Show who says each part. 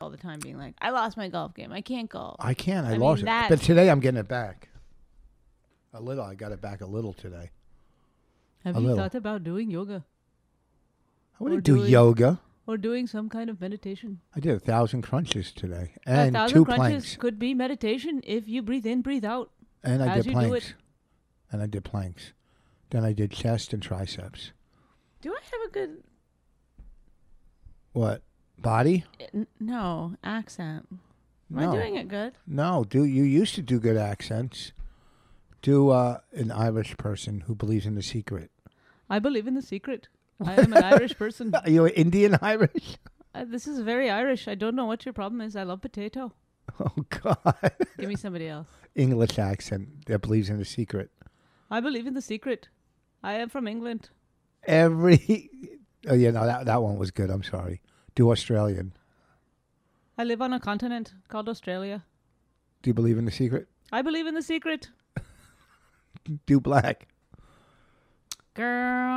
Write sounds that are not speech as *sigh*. Speaker 1: all the time being like, I lost my golf game. I can't golf.
Speaker 2: I can. I,
Speaker 1: I mean,
Speaker 2: lost it. But
Speaker 1: that's-
Speaker 2: today I'm getting it back. A little. I got it back a little today.
Speaker 3: Have
Speaker 2: A
Speaker 3: you
Speaker 2: little.
Speaker 3: thought about doing yoga
Speaker 2: I wouldn't
Speaker 3: Or
Speaker 2: do
Speaker 3: doing-
Speaker 2: yoga.
Speaker 3: or doing some kind of meditation?
Speaker 2: I did a thousand crunches today
Speaker 3: a
Speaker 2: and
Speaker 3: thousand
Speaker 2: two
Speaker 3: crunches
Speaker 2: planks.
Speaker 3: could be meditation if you breathe in, breathe out.
Speaker 2: And I
Speaker 3: as
Speaker 2: did
Speaker 3: you do it-
Speaker 2: planks. And I did planks. Then I did chest and triceps.
Speaker 1: Do I have a good
Speaker 2: What? Body?
Speaker 1: n- no accent? Am
Speaker 2: no.
Speaker 1: I doing it good?
Speaker 2: No, do you used to do good accents? Do uh, an Irish person who believes in the secret.
Speaker 3: I believe in the secret.
Speaker 2: *laughs*
Speaker 3: I am an Irish person.
Speaker 2: Are you Indian *laughs* Irish?
Speaker 3: Uh, this is very Irish. I don't know what your problem is. I love potato.
Speaker 2: Oh God! *laughs*
Speaker 3: Give me somebody else.
Speaker 2: English accent that believes in the secret.
Speaker 3: I believe in the secret. I am from England.
Speaker 2: Every *laughs* oh yeah, no, that that one was good. I'm sorry. Do Australian?
Speaker 3: I live on a continent called Australia.
Speaker 2: Do you believe in the secret?
Speaker 3: I believe in the secret.
Speaker 2: Do black?
Speaker 1: Girl,